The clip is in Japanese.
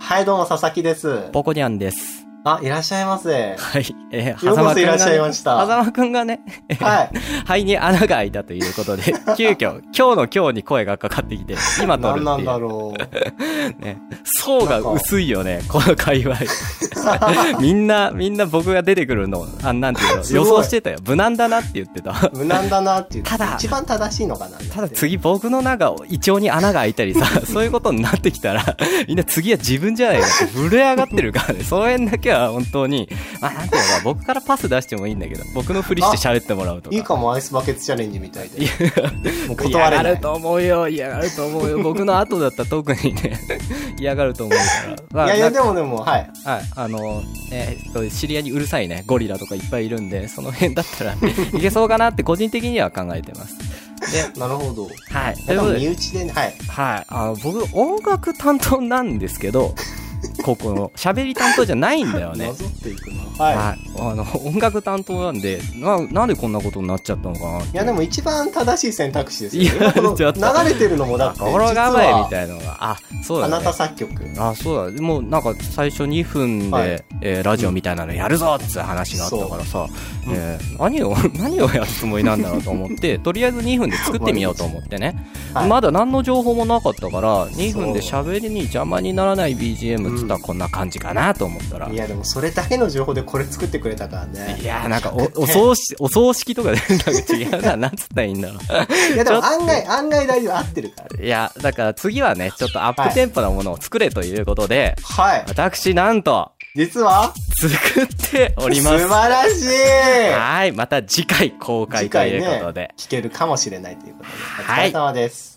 はい、どうも、佐々木です。ポコニャンです。あ、いらっしゃいま せ。はい。えー、ようこそ間くんがねいらっしゃいました狭間くんがね、はい。肺に穴が開いたという ことで、急遽、今日の今日に声がかかってきて、今撮る何なんっていだう。ろう。ね、層が薄いよね、この 界隈。みんな、みんな僕が出てくるの、あなんていうの、すご予い想してたよ。無難だなって言ってた。無難だなっていう。ただ一番正しいのかな。ただ次僕のなんか胃腸に穴が開いたりさ、 そういうことになってきたら、みんな次は自分じゃないかって震え上がってるからね、その辺だけは本当に、まあなんていうのか、僕からパス出してもいいんだけど、僕のふりして喋ってもらうとか。いいかも、アイスバケツチャレンジみたい で。もう嫌断れがなるい。と思うよ、嫌がると思うよ。僕の後だったら特にね、 嫌がると思うから。まあいやいや、なんでかもでも、はい。はい、あの、えーっと、知り合いにうるさいね、ゴリラとかいっぱいいるんで、その辺だっ たら、いけそうかなって個人的には考えてます。で、なるほど。はい。というでこもとで身内でね、はい。はい。あの、僕、音楽担当なんです けど、ここの、喋り担当じゃないんだよなね。ぞっていくな。ははい。あの、音楽担当なんで、な、なんでこんなことになっちゃったのかなってい。いや、でも一番正しい選択肢ですよ。いや今このちょっと流れてるのもだって、実心構えみは、たいなのが、あ、そうだあね。なた作曲。あ、そうだ。もうなんか最初2分で、はいえーラジオみたいなのやるぞっつう話があったからさ、そうえー何を、 何をやるつもりなんだろうと思って、とりあえず2分で作ってみようと思ってね。はいまだ何の情報もなかったから、2分で喋りに邪魔にならない BGM っつったらこんな感じかなと思ったら。いいや、でもそれだけの情報でこれ作ってくれたからね。やーなんかお、お葬式、お葬式とかで、 なんか違うな、なんつったらいいん だろいや、で ちょもっと案外、案外大丈夫、合ってるから。う。いや、だから次はね、ちょっとアップテンポなものを作れということで、はい。私なんと、実は、作っております素。晴らしいはい。また次回公開次と回いうねことで。、聞けるかもしれないということで。おは疲いれ様です。